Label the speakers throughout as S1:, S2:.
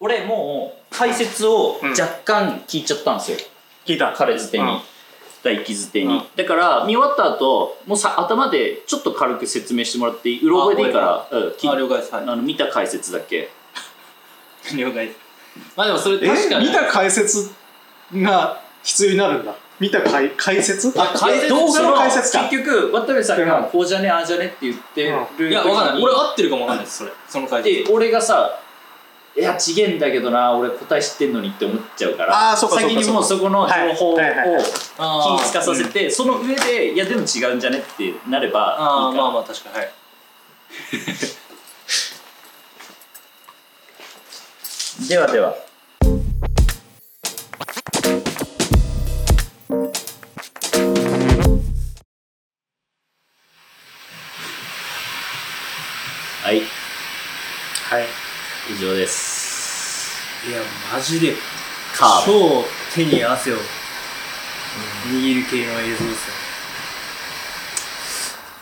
S1: 俺もう解説を若干聞いちゃったんですよ、
S2: 聞いた
S1: 彼づてに、
S2: うん
S1: 大気づてに、
S2: うん
S1: だから見終わった後もうさ頭でちょっと軽く説明してもらっていいうろ覚えでいいからうん聞い
S3: あ了解ですはい
S1: あの見た解説だけ
S3: 了解ですまあでもそれ
S2: え
S3: 確かに
S2: 見た解説が必要になるんだ見た解解説あ
S3: 解説
S2: 動画の解説か
S1: 結局渡部さん
S2: うん
S1: がこうじゃねああじゃねって言ってる時に、
S3: いやわかんない俺合ってるかもわかんないですそれその解
S1: で
S3: 説
S1: 俺がさいやちげえんだけどな俺答え知ってんのにって思っちゃうから
S2: あーそうかそうか
S1: 先にもうそこの情報を
S2: はいはいはいはい
S3: あ
S1: 気につかさせて、その上でいやでも違うんじゃねってなれば
S3: あ
S1: いい
S3: ー
S1: か
S3: まあ
S1: ら
S3: まあ確かにはい
S1: ではでははい
S2: はい
S1: 以上です
S3: いやマジで
S1: カーブ
S3: 超手に汗を握る系の映像ですよ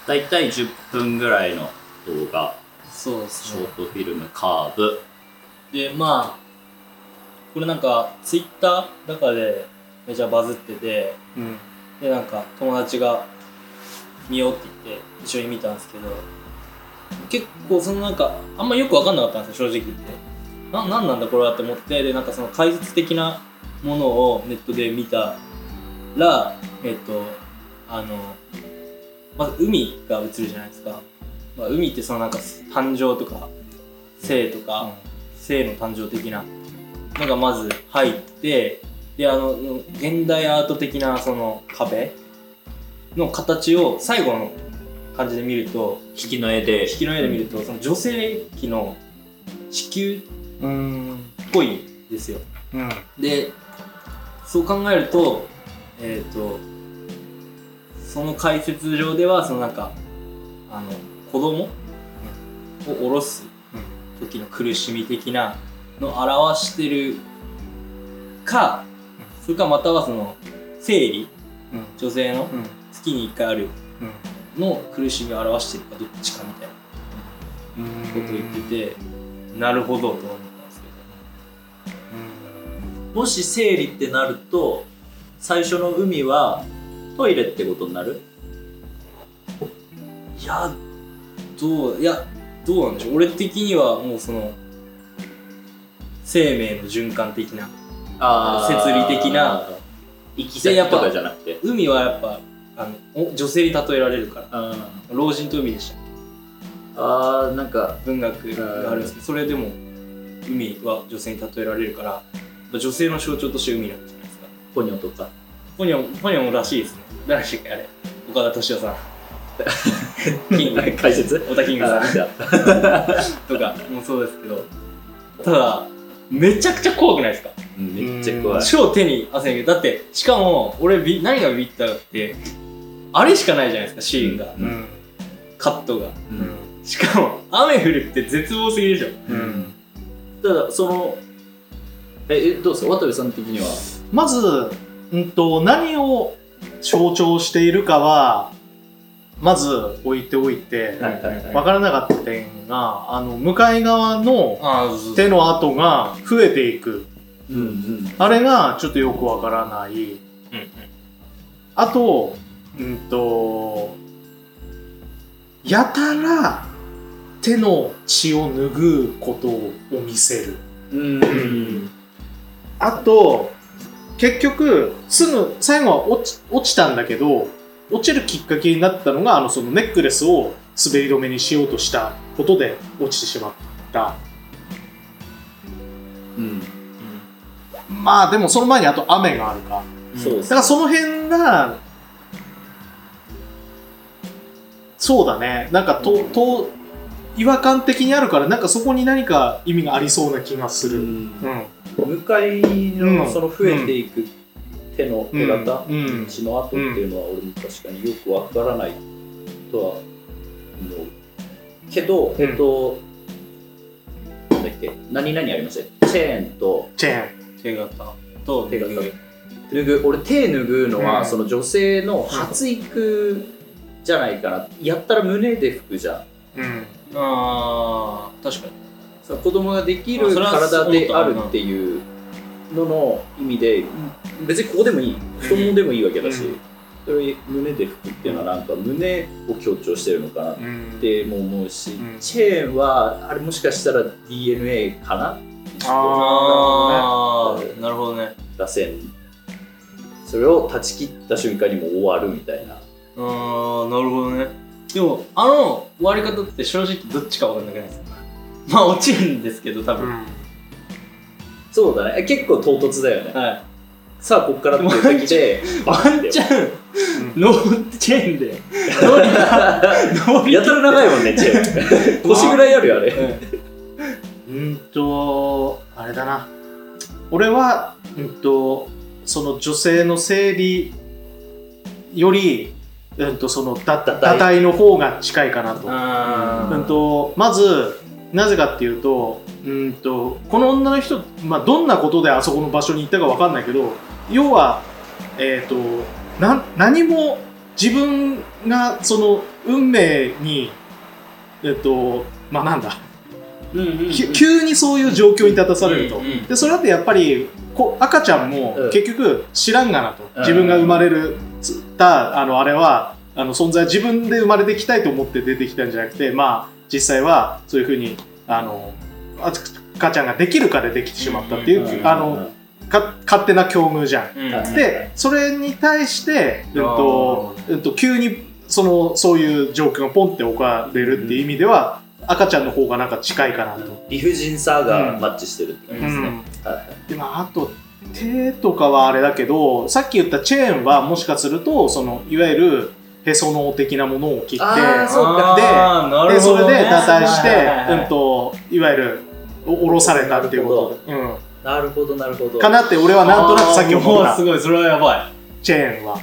S1: 大体10分ぐらいの動画
S3: そうで
S1: シ
S3: す
S1: ョー
S3: ね
S1: トフィルムカーブ
S3: でまあこれなんかツイッターとかでめちゃバズってて
S2: うん
S3: でなんか友達が見ようって言って一緒に見たんですけど結構そのなんかあんまよく分かんなかったんですよ正直言ってななんなんだこれはって思ってでなんかその解説的なものをネットで見たらえっとあのまず海が映るじゃないですか、まあ、海ってそのなんか誕生とか生とか、性の誕生的なのがまず入ってであの現代アート的なその壁の形を最後の感じで見ると
S1: 引きの絵で
S3: 引きの絵で見るとその女性器の子宮っ
S2: うん
S3: ぽいんですよ
S2: うん
S3: でそう考えるとえっ、とその解説上ではそのなんかあの子供を下ろす時の苦しみ的なのを表してるかそれかまたはその生理
S2: うん
S3: 女性の
S2: うん
S3: 月に1回ある
S2: うん
S3: の苦しみを表してるかどっちかみたいな
S2: うん
S3: ことを言っててなるほどと思ったんですけど
S1: もし生理ってなると最初の海はトイレってことになる
S3: いやどういやどうなんでしょう俺的にはもうその生命の循環的な
S1: あ
S3: ー摂理的な
S1: 行き
S3: で
S1: 先
S3: やっぱ
S1: とかじゃなくて
S3: 海はやっぱあのお女性に例えられるから
S1: あ
S3: 老人と海でしたっ
S1: あーなんか
S3: け文学があるんですけどそれでも海は女性に例えられるからやっぱ女性の象徴として海なんじゃないですか
S1: ポニョとか
S3: ポニョポニョもらしいですね誰でしたっけあれ岡田敏夫さんキング
S1: 解説
S3: オタキングさん
S1: あー見た
S3: とかもそうですけどただめちゃくちゃ怖くないですか
S1: うんめっちゃ怖い
S3: 超手に汗握るだってしかも俺び何がビビったかってあれしかないじゃないですかシーンが、
S1: う
S2: うんん
S3: カットが
S1: うん
S3: しかも雨降るって絶望すぎるでしょ
S2: うん
S1: ただそのええどうですか渡部さん的には
S2: まず、うん、と何を象徴しているかはまず置いておいて、
S1: はいはいはい
S2: 分からなかった点があの向かい側の
S3: ああそう
S2: 手の跡が増えていく
S1: うんうん
S2: あれがちょっとよくわからないあとうんとやたら手の血を拭うことを見せる
S1: うん
S2: んあと結局すぐ最後は落ち落ちたんだけど落ちるきっかけになったのがあのそのネックレスを滑り止めにしようとしたことで落ちてしまった
S1: うん
S2: まあでもその前にあと雨があるか
S1: そうで
S2: だ
S1: す
S2: からその辺がそうだねなんかと、と違和感的にあるからなんかそこに何か意味がありそうな気がす
S1: う
S2: る、
S1: ん
S2: うん
S1: 向かいの
S2: うん
S1: その増えていく手の手形、
S2: うんうん
S1: 血の跡っていうのは俺も確かによくわからないとは思うけど、えっとなんだっけ何々ありましたチェーンと
S2: チェーン
S3: 手形と
S1: 手形
S3: 拭う
S1: 拭う俺手拭うのは、
S2: うん
S1: その女性の発育じゃないかなやったら胸で拭くじゃん
S2: うん
S3: ああ確かに
S1: さ子供ができる
S3: あそれは
S1: 体であるっていうのの意味で別にここでもいい太ももでもいいわけだし、
S2: うん
S1: それ胸で拭くっていうのはなんか胸を強調してるのかなっ
S2: うん
S1: ても思うし、
S2: うん
S1: チェーンはあれもしかしたら DNA かな
S2: あ
S3: あーなるほどね
S1: 打線それを断ち切った瞬間にもう終わるみたいな
S3: あーなるほどねでもあの終わり方って正直どっちか分かんなくないですかまあ落ちるんですけど多
S2: う
S3: 分、
S2: ん
S1: そうだね結構唐突だよね
S3: はい
S1: さあこっからっていう時 で
S3: ワンチャンノーチェーンでノーリノーリ
S1: やたら長いもんねチェ ーン腰ぐらいあるよあれ
S2: うんとあれだな俺はうんとその女性の生理よりうんとそのだ
S1: 堕胎
S2: 堕胎の方が近いかなと
S3: あー
S2: うんとまずなぜかっていうとうんとこの女の人、まあ、どんなことであそこの場所に行ったかわかんないけど要は、えー、とな何も自分がその運命にえっ、とまあなんだ
S3: うんうんうん
S2: き急にそういう状況に立たされると
S3: うんうん
S2: でそれだってやっぱりこ赤ちゃんも
S1: うん
S2: 結局知らんがなと、
S1: うん
S2: 自分が生まれるつったあのあれはあの存在は自分で生まれてきたいと思って出てきたんじゃなくてまあ実際はそういうふうにあの赤ちゃんができるかでできてしまったっていう、
S3: うんうんうん
S2: あのか勝手な境遇じゃん。
S3: うん
S1: はい
S2: でそれに対して、うんとうん、と急にそのそういう状況がポンって置かれるっていう意味では、赤ちゃんの方がなんか近いかなと。
S1: 理不尽さがマッチしてるって感じで
S3: う
S1: す
S3: ん
S1: ね、はいはい
S2: でまああと手とかはあれだけどさっき言ったチェーンはもしかするとそのいわゆるへその緒的なものを切って
S1: あーそうか
S2: で
S3: あーなる
S2: でそ
S3: ほ
S2: れ
S3: どね
S2: で堕胎して、
S3: はいはいはい
S2: うんといわゆるお下ろされたっていうこと、う
S1: なるほどなるほど
S2: ん、かなって俺はなんとなくさっき思っ
S3: あーもう
S2: た
S3: すごいそれはやばい
S2: チェーンは。う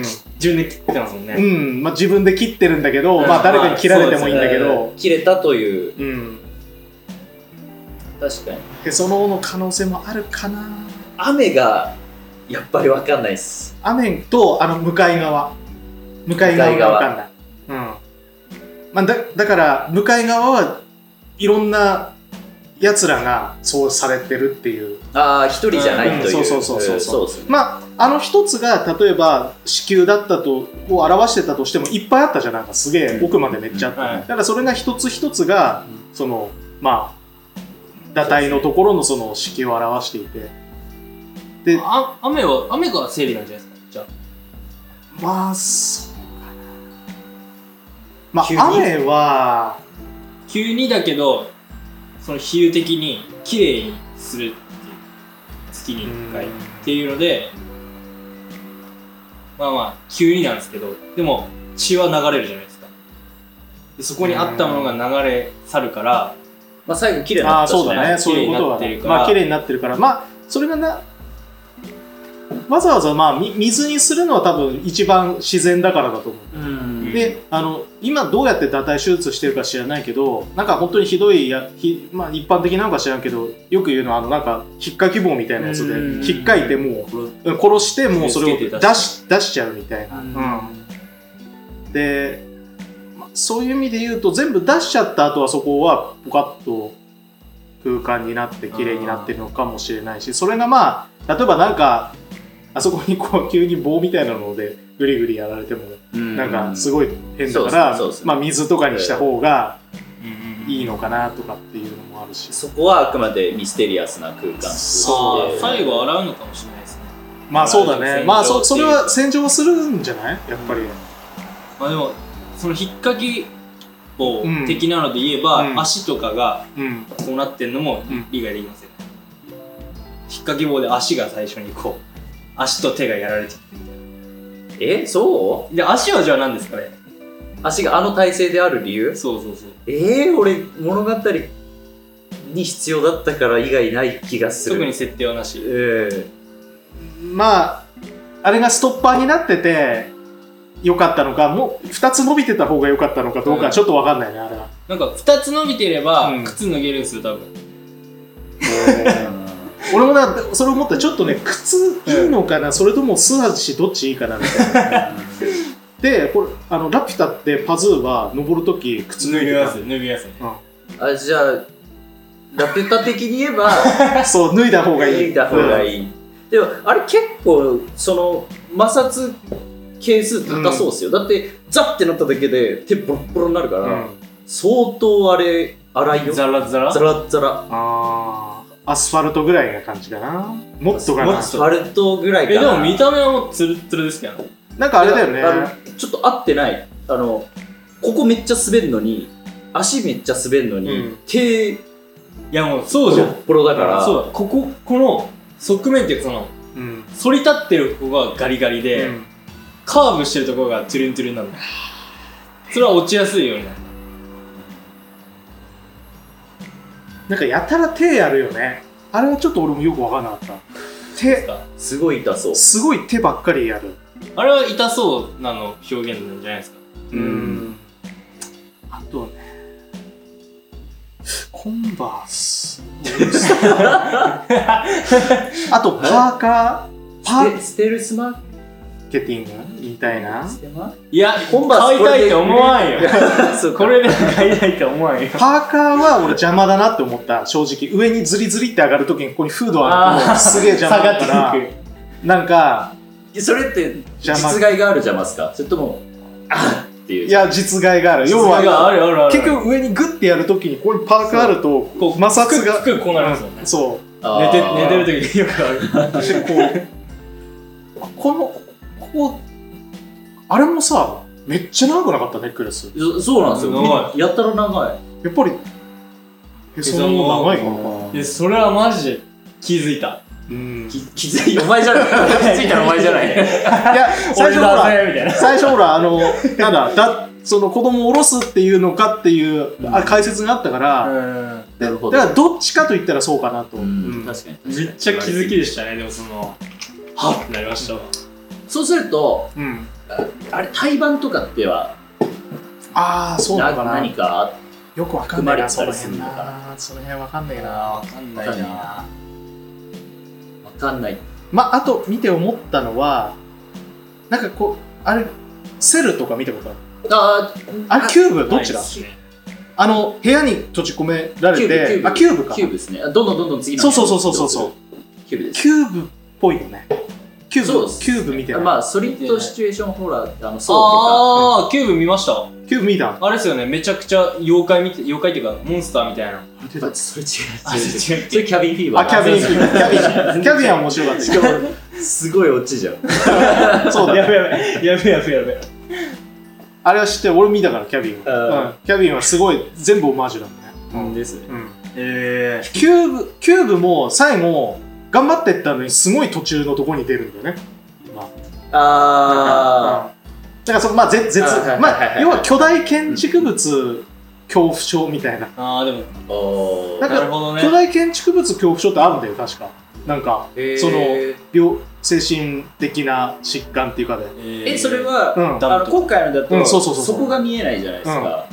S2: ん
S3: 自分で切ってますもんね、
S2: うんまあ、自分で切ってるんだけど、
S3: うん
S2: まあ、誰かに切られてもいいんだけ
S3: まあ
S2: ど、
S1: 切れたという
S2: うん、
S1: 確かに
S2: へその緒の可能性もあるかな
S1: 雨がやっぱり分かんないっす
S2: 雨とあの向かい側向かい側が分かんない、うんまあ、だだから向かい側はいろんなやつらがそうされてるっていう
S1: ああ一人じゃないという、
S2: うんそうそうそうそう
S1: そうですね
S2: まああの一つが例えば子宮だったとを表してたとしてもいっぱいあったじゃんなんかすげえ奥までめっちゃあった、
S3: はい
S2: だからそれが一つ一つがそのまあ堕胎のところのその子宮を表していてで
S3: あ雨は雨が生理なんじゃないですかじゃ
S2: まあそうか
S3: 急に
S2: なまあ雨は
S3: あ急にだけどその比喩的に綺麗にするっていう月に1回っていうのでまあまあ急になんですけどでも血は流れるじゃないですかでそこにあったものが流れ去るから
S1: まあ最後綺麗に
S2: あ
S1: な
S2: あ
S1: ったし
S2: そうだねそういうことは
S3: 綺麗にな
S2: ねまあ綺麗になっ
S3: ってるから
S2: てるからまあそれがなわざわざまあみ水にするのは多分一番自然だからだと思う
S1: うん
S2: であの今どうやって堕胎手術してるか知らないけどなんか本当にひどいやひ、まあ、一般的なのか知らんけどよく言うのはあのなんかひっかき棒みたいなやつで
S3: うん
S2: ひっかいても
S3: これ
S2: ううん殺してもうそれを
S3: 見つけ
S2: 出
S3: て出
S2: し出しちゃうみたいな、うんで、まあそういう意味で言うと全部出しちゃった後はそこはポカッと空間になって綺麗になってるのかもしれないしそれがまあ例えばなんかあそこにこう急に棒みたいなのでぐりぐりやられてもなんかす
S1: ごい
S2: ごい変だから、
S1: そうですねそうですね
S2: まあ、水とかにした方がいいのかなとかっていうのもあるし、
S1: そこはあくまでミステリアスな空間ってい
S2: そう
S3: あー最後洗うのかもしれないですね
S2: まあそうだね
S3: 洗浄
S2: まあ
S3: っ
S2: そ
S3: て
S2: そ
S3: いう
S2: れは洗浄するんじゃないやっぱり、
S3: まあでもその引っかき棒
S2: うん
S3: 的なので言えば、
S2: うん
S3: 足とかが
S2: うん、
S3: こうなってんのも
S2: うん
S3: 理解できません、引っかき棒で足が最初にこう足と手がやられちゃってみたい
S1: えそ
S3: なで足はじゃあ何ですかね
S1: う足があの体勢である理由
S3: そうそうそう
S1: えー、俺物語に必要だったから以外ない気がする
S3: 特に設定はなし
S1: え ー
S2: まああれがストッパーになっててよかったのかもう2つ伸びてた方が良かったのかどうか
S3: うん
S2: ちょっと分かんないねあれは、
S3: なんか2つ伸びてれば、
S2: うん
S3: 靴脱げるんですよ多分
S2: 俺もなそれ思ったちょっとね靴いいのかな、それとも素足どっちいいかなみ たいなでこれあのラピュタってパズーは登るとき靴脱いでた
S3: 脱ぎますね
S1: あじゃあラテタ的に言えば
S2: そう、脱いだ方がいい。
S1: 脱いだ方が
S2: い。
S1: いい、でもあれ結構その摩擦係数高そうですよ、だってザッてなっただけで手ボロボロになるから、
S2: うん、
S1: 相当あれ荒いよ
S3: ザラザラ
S1: ザラッザラ
S2: あーアスファルトぐらいな感じかな。もっとか
S3: も
S2: な
S3: っ。と
S1: ファルトぐらいか
S3: えで
S1: な
S3: も見た目はもうツルッツルですけど
S2: なんかあれだ
S1: あ
S2: よね。
S1: のちょっと合ってないあのここめっちゃ滑るのに足めっちゃ滑るのに、
S2: うん
S1: 手
S3: いやもう
S1: ボ
S3: そうじゃ
S1: ロ
S3: ん
S1: ボロだから
S3: そうだこここの側面っていうかその
S2: うん。
S3: 反り立ってるここがガリガリで、
S2: うん
S3: カーブしてるところがトゥルントゥルンなんだそれは落ちやすいようになる
S2: なんかやたら手やるよね。あれはちょっと俺もよくわからなかった。手、
S1: すごい痛そう
S2: すごい手ばっかりやる。
S3: あれは痛そうなの表現なんじゃないですか
S1: うん
S2: あとね、コンバース。あと、パーカー、パー
S1: ステステルスマ
S2: ケティングみたいな。
S1: ステ マ
S3: いや
S1: コンバース
S3: 買いたいって思わんよ
S1: そう
S3: こ
S1: か
S3: れで買いたいって思わんよ
S2: パーカーは俺邪魔だなって思った、正直。上にズリズリって上がるときにここにフードあると、すげえ邪魔だか
S3: 下がっ
S2: ら
S3: ていく
S2: なんか、
S1: それって
S2: 邪魔
S1: 実害がある邪魔っすかそれともあっっていう
S2: い
S1: いや
S2: や、実害がある。要
S3: 実害があ
S2: は、
S3: るあるある
S2: 結局上にグッてやるときにここにパーカーあると、
S3: こう
S2: 摩擦が
S3: 服。服こうなりますもんね
S2: そう。
S3: 寝て寝てる時によくある
S2: でこうこのここあれもさめっちゃ長くなかったネックレス
S1: そそうなんですよ
S3: 長
S1: やったら長い
S2: やっぱりへその方が長いのかない
S3: やそれはマジで気づいた
S2: うん
S1: き気づいお前じ ゃない気づいたらお前じゃないね
S2: いや最初ほ
S3: 俺
S2: ら
S3: だぜみたいな
S2: 最初ほらあのなんだだその子供を下ろすっていうのかっていう、あ解説があったから、
S3: うん
S2: で
S1: なるほど
S2: だからどっちかと言ったらそうかな
S1: う
S2: と、
S1: ん
S2: うん
S1: 確かに確かに
S3: めっちゃ気づきでしたねでもそのはっってなりましたわ
S1: そうすると
S2: うん
S1: あれ胎盤とかっては
S2: ああそうなのかな
S1: 何かあっ
S2: よくわかんないなそ
S1: 含ま
S2: の
S1: れてたりするの
S2: 辺
S1: か
S2: なその辺わかんないな
S3: 分かん
S1: ないなわかんない
S2: まあ、あと見て思ったのは、なんかこう、あれ、セルとか見たことある
S1: あー
S2: あれ、キューブどっちだ
S3: ないすね
S2: あの、部屋に閉じ込められて、あ、キューブか。
S1: キューブですねあどんどんどんどん次の
S2: そうそうそうそうそうそう。
S1: キューブです
S2: キューブっぽいよね。キュー
S1: そう
S2: ブ、
S1: っす
S2: キューブ見てない
S1: まあソリッドシチュエーションホラーあのそう
S3: ああキューブ見ました
S2: キューブ見た
S3: あれですよねめちゃくちゃ妖怪みたい妖怪っていうかモンスターみたいな
S2: 出
S1: と
S2: た
S1: かそれ違
S3: あ
S1: う違う
S3: 違う
S1: それキャビンフィーバ
S2: あ、
S1: ー
S2: キャビン、キ
S1: そう
S2: ャビン、キャビンは面白か
S1: そ
S2: っ
S1: うしかもすごいオチじゃん
S2: た。そうだ
S3: や
S2: ね。
S3: べやべやべやべやべ
S2: あれは知ってる、俺見たから、キャビン
S1: うん
S2: は。うんキャビンはすごい、全部オマージュだもんね。
S1: うんですね
S2: うん
S3: ええ
S2: キューブ、キューブも最後、頑張ってったのに、すごい途中のとこに出るんだよね。今。
S1: あ
S2: だからそのまあ絶絶
S1: はいはいはいはい
S2: まあ要は巨大建築物恐怖症みたいな、
S3: ああでも
S1: ーおー
S2: なんか
S3: なるほど
S2: 巨
S3: ね
S2: 大建築物恐怖症ってあるんだよ確かなんか
S1: えー
S2: その病精神的な疾患っていうかで
S1: え
S3: え
S1: それは、
S2: うん
S1: あの今回のだと、
S2: うんそうそうそうそう
S1: こが見えないじゃないですか、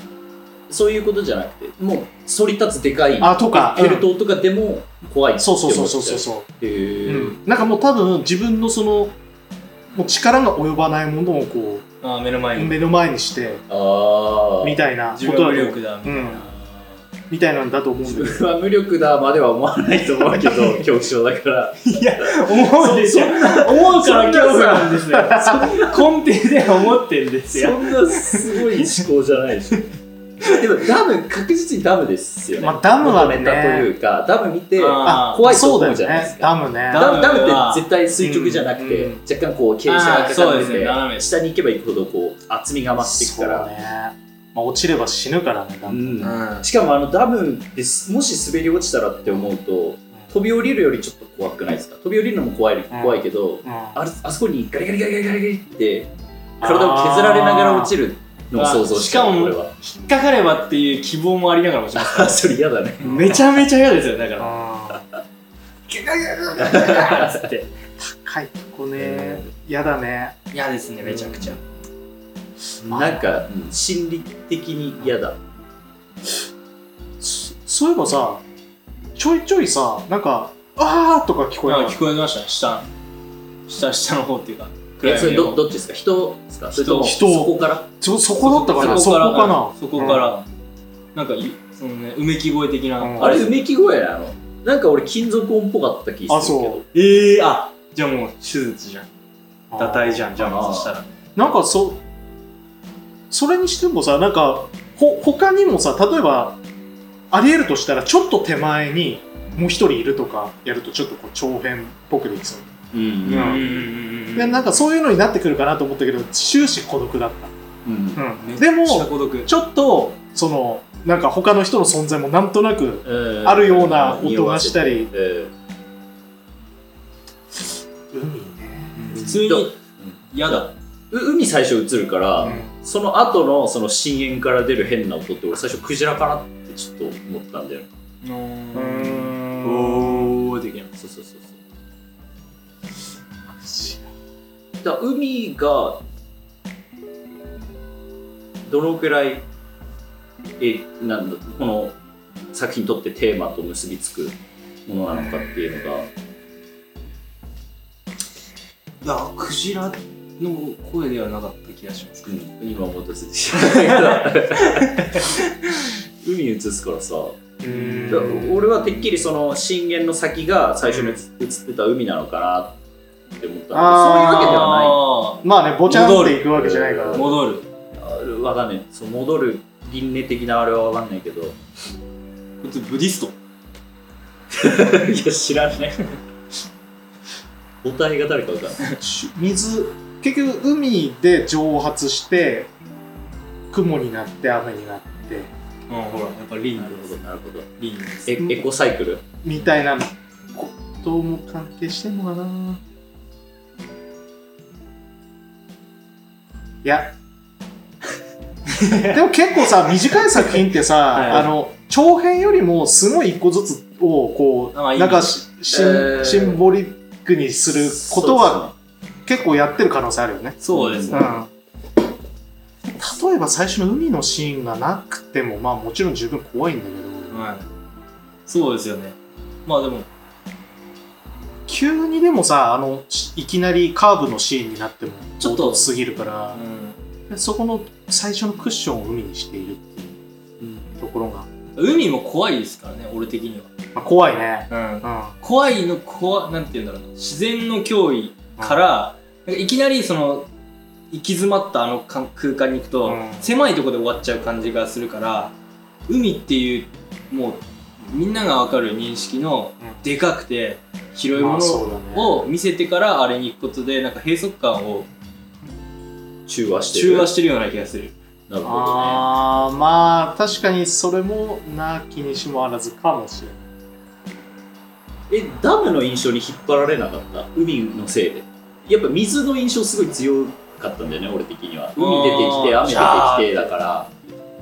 S1: そういうことじゃなくてもう反り立つでかい
S2: あとか、
S1: フェルトとかでも怖いって
S2: そうそうそ
S1: 思
S2: う
S1: っちゃ
S2: そうそうそう
S1: へ
S2: う、
S1: ー
S2: ん、なんかもう多分自分のそのもう力が及ばないものをこ
S3: あー目の
S2: う
S3: 前に
S2: 目の前にして
S1: ああ
S2: みたいなこ
S3: 自
S2: と
S3: 分は
S2: だ
S3: 無
S2: と
S3: 力だみ
S2: う
S3: たい
S2: ん
S3: な
S2: みたいなんだと思うんだけど
S1: 自分は無力だまでは思わないと思う けど恐怖症だから
S3: 思うでしょ思うから恐怖なんですよ
S1: そ
S3: 根底では思ってんですよ
S1: そんなすごい思考じゃないでしょでもダム確実にダムですよね、
S2: まあダムはね
S1: 求めたというかダム見てダ
S3: あー
S1: 怖いと
S2: そ
S1: 思
S2: うだ
S1: う
S2: よ
S1: じゃないです
S2: ね
S1: か
S2: ダムね
S3: ダ
S1: ム
S3: ム
S1: ダム
S3: は
S1: って絶対垂直じゃなくて、
S2: うんうん
S1: 若干こう傾斜がか
S3: あーそ
S1: か
S3: う
S1: っ
S3: です
S1: て
S3: ね
S1: て、
S3: 斜め
S1: 下に行けば行くほどこう厚みが増していくから
S2: そうね、まあ、落ちれば死ぬからねダ
S1: う
S2: ム
S1: ん
S3: うん
S1: しかもあのダムですもし滑り落ちたらって思うと飛び降りるよりちょっと怖くないですか飛び降りるのも怖い,、怖いけど
S2: うん
S1: あれあそこにガリガリガリガリガリガリって体を削られながら落ちるのを想像しちゃ
S3: あー
S1: う
S3: しかも
S1: 俺は
S3: 引っかかればっていう希望もありながらも しま
S1: そ
S3: す
S1: れ嫌だね
S3: めちゃめちゃ嫌ですよだから
S2: あー
S3: つって
S2: 高いとこね嫌だね
S3: 嫌ですねめちゃくちゃ
S1: なんか、うん心理的に嫌だ
S2: そそういえばさちょいちょいさなんか「あー」とか聞こえ
S3: なん
S2: な
S3: か
S2: い
S3: 聞こえました下下下の方っていうか
S1: えそれど
S3: ど
S1: どっちですか人ですかそれとも
S2: 人
S1: そこから
S2: そそこだったかなそ
S3: そ
S2: こ
S3: こ
S2: かな
S3: からそこからなんかいそのね、うめき声的な。
S2: うん
S1: あれ、うめき声なのなんか俺、金属音っぽかった気
S2: あ
S1: するけど。
S2: そう
S3: ええあ、じゃあもう手術じゃん。
S2: あ
S3: 堕胎じゃん、じゃ
S1: あ
S3: あ
S1: ー
S3: そしたら。
S2: なんかそそれにしてもさなんかほ他にもさ例えばありえるとしたらちょっと手前にもう一人いるとかやるとちょっとこう長編っぽくできそう、
S1: うん
S2: う
S3: うんんうんうん
S2: でなんかそういうのになってくるかなと思ったけど終始孤独だっ
S1: うんうん
S2: た、
S3: めっち
S2: で
S3: ゃ
S2: も
S3: 孤独。
S2: ちょっとそのなんか他の人の存在もなんとなく
S1: うん
S2: あるような音がしたり
S1: うん
S2: 海ね、
S3: 普通
S1: ど
S3: に嫌だ。
S1: う海最初映るから、
S2: うん
S1: その後のその深淵から出る変な音って俺最初クジラかなってちょっと思ったんだよね
S3: うーん
S2: うーん
S3: おー、できない。
S1: そうそうそうそうだから海がどのくらいえなんだこの作品にとってテーマと結びつくものなのかっていうのが
S3: いや、クジラの声ではなかった気がしますけど。
S1: 今思ったせてしまったけど海映すからさ
S2: う
S1: だから
S2: ーん
S1: 俺はてっきりその震源の先が最初に映ってた海なのかなって思ったんだけどそういう
S2: あー
S1: わけでは
S3: あ
S2: まあねぼちゃんっていくわけじゃないから
S3: ー戻る。
S1: ないわかんないその戻る輪廻的なあれはわかんないけどい
S3: こいつブディスト。
S1: や知ら ない母体が誰かわかんない
S2: 水結局海で蒸発して雲になって雨になって
S3: うん、ほら、やっぱリン
S1: なる
S3: で
S1: ほ
S3: す
S1: ど。なるほど
S3: リンです。
S1: えエコサイクル
S2: みたいなことも関係してんのかないやでも結構さ短い作品ってさ、
S3: い
S2: あの長編よりもすごい一個ずつをこう
S3: あいい
S2: なんかししん
S1: えー
S2: シンボリックにすることは
S1: そう
S2: 結構やってる可能性あるよね
S3: そうです
S2: う
S3: ね。
S2: ん、例えば最初の海のシーンがなくてもまあもちろん十分怖いんだけど、
S3: はい。そうですよね。まあでも、
S2: 急にでもさあのしいきなりカーブのシーンになっても
S3: ちょっと
S2: 唐突すぎるから
S3: う、ん
S2: でそこの最初のクッションを海にしているっていうところが、
S3: 海も怖いですからね、俺的に
S2: まあ、怖いね、
S3: は。うん。
S2: うん、
S3: 怖いの、怖、なんて言うんだろうな。自然の脅威から、なんかいきなりその、行き詰まったあのか空間に行くと、
S2: うん
S3: 狭いとこで終わっちゃう感じがするから、海っていう、もう、みんながわかる認識の、
S2: うん
S3: でかくて、広い
S2: ま
S3: も
S2: あ
S3: の
S2: そうだね
S3: を見せてからあれに行くことでなんか閉塞感を
S1: 中和してる
S3: 中和してるような気がする
S1: なるほどね
S2: あーまあ確かにそれもなきにしもあらずかもしれない
S1: えダムの印象に引っ張られなかった海のせいでやっぱ水の印象すごい強かったんだよね俺的には海出てきて雨出てきてだから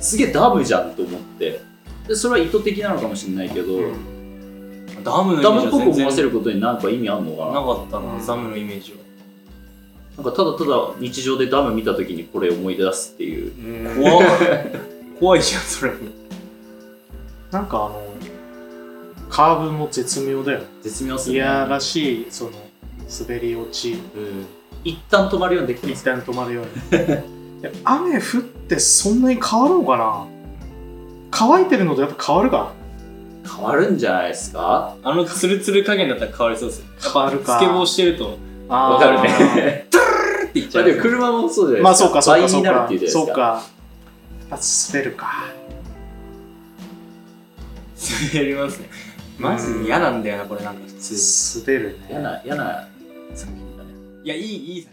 S1: すげえダムじゃんと思ってでそれは意図的なのかもしれないけど、
S3: ダムのイメ
S1: ダ
S3: ー
S1: ム
S3: ジ
S1: っぽ
S3: は
S1: く
S3: 全
S1: 思わせ
S3: 然
S1: ることになんか意味あんの
S3: な
S1: か
S3: かったな、
S2: うん
S3: ダムのイメージは
S1: ななんかただただ日常でダム見た時にこれ思い出すっていう
S2: うん
S3: 怖い怖いじゃんそれも
S2: なんかあのカーブも絶妙だよね
S1: 絶妙す
S2: い
S1: ぎ
S2: やらしいその滑り落
S1: う
S2: ち
S1: ん、一旦止まるようにできてます
S2: 一旦止まるように いや雨降ってそんなに変わるのかな乾いてるのとやっぱ変わるか
S1: 変わるんじゃないですか
S3: あのツルツル加減だったら変わりそうですよやっ
S2: 変わるか
S3: ぱスケボーしてる と
S2: あー
S1: わかるね
S3: プっていっち
S1: ま
S3: ゃ
S1: あ
S3: う
S1: でも車もそうじゃないですか
S2: まあそうかそうか
S1: 倍
S2: そ
S1: に
S2: う
S1: なるっ
S2: か
S1: ていうじゃない
S2: そ
S1: で
S2: う
S1: すか
S2: かやっぱ滑るか
S3: 滑りますねマジで嫌なんだよなこれなんか普通に
S2: 滑るね
S1: 嫌な嫌な作品だね
S3: いやいいいいさ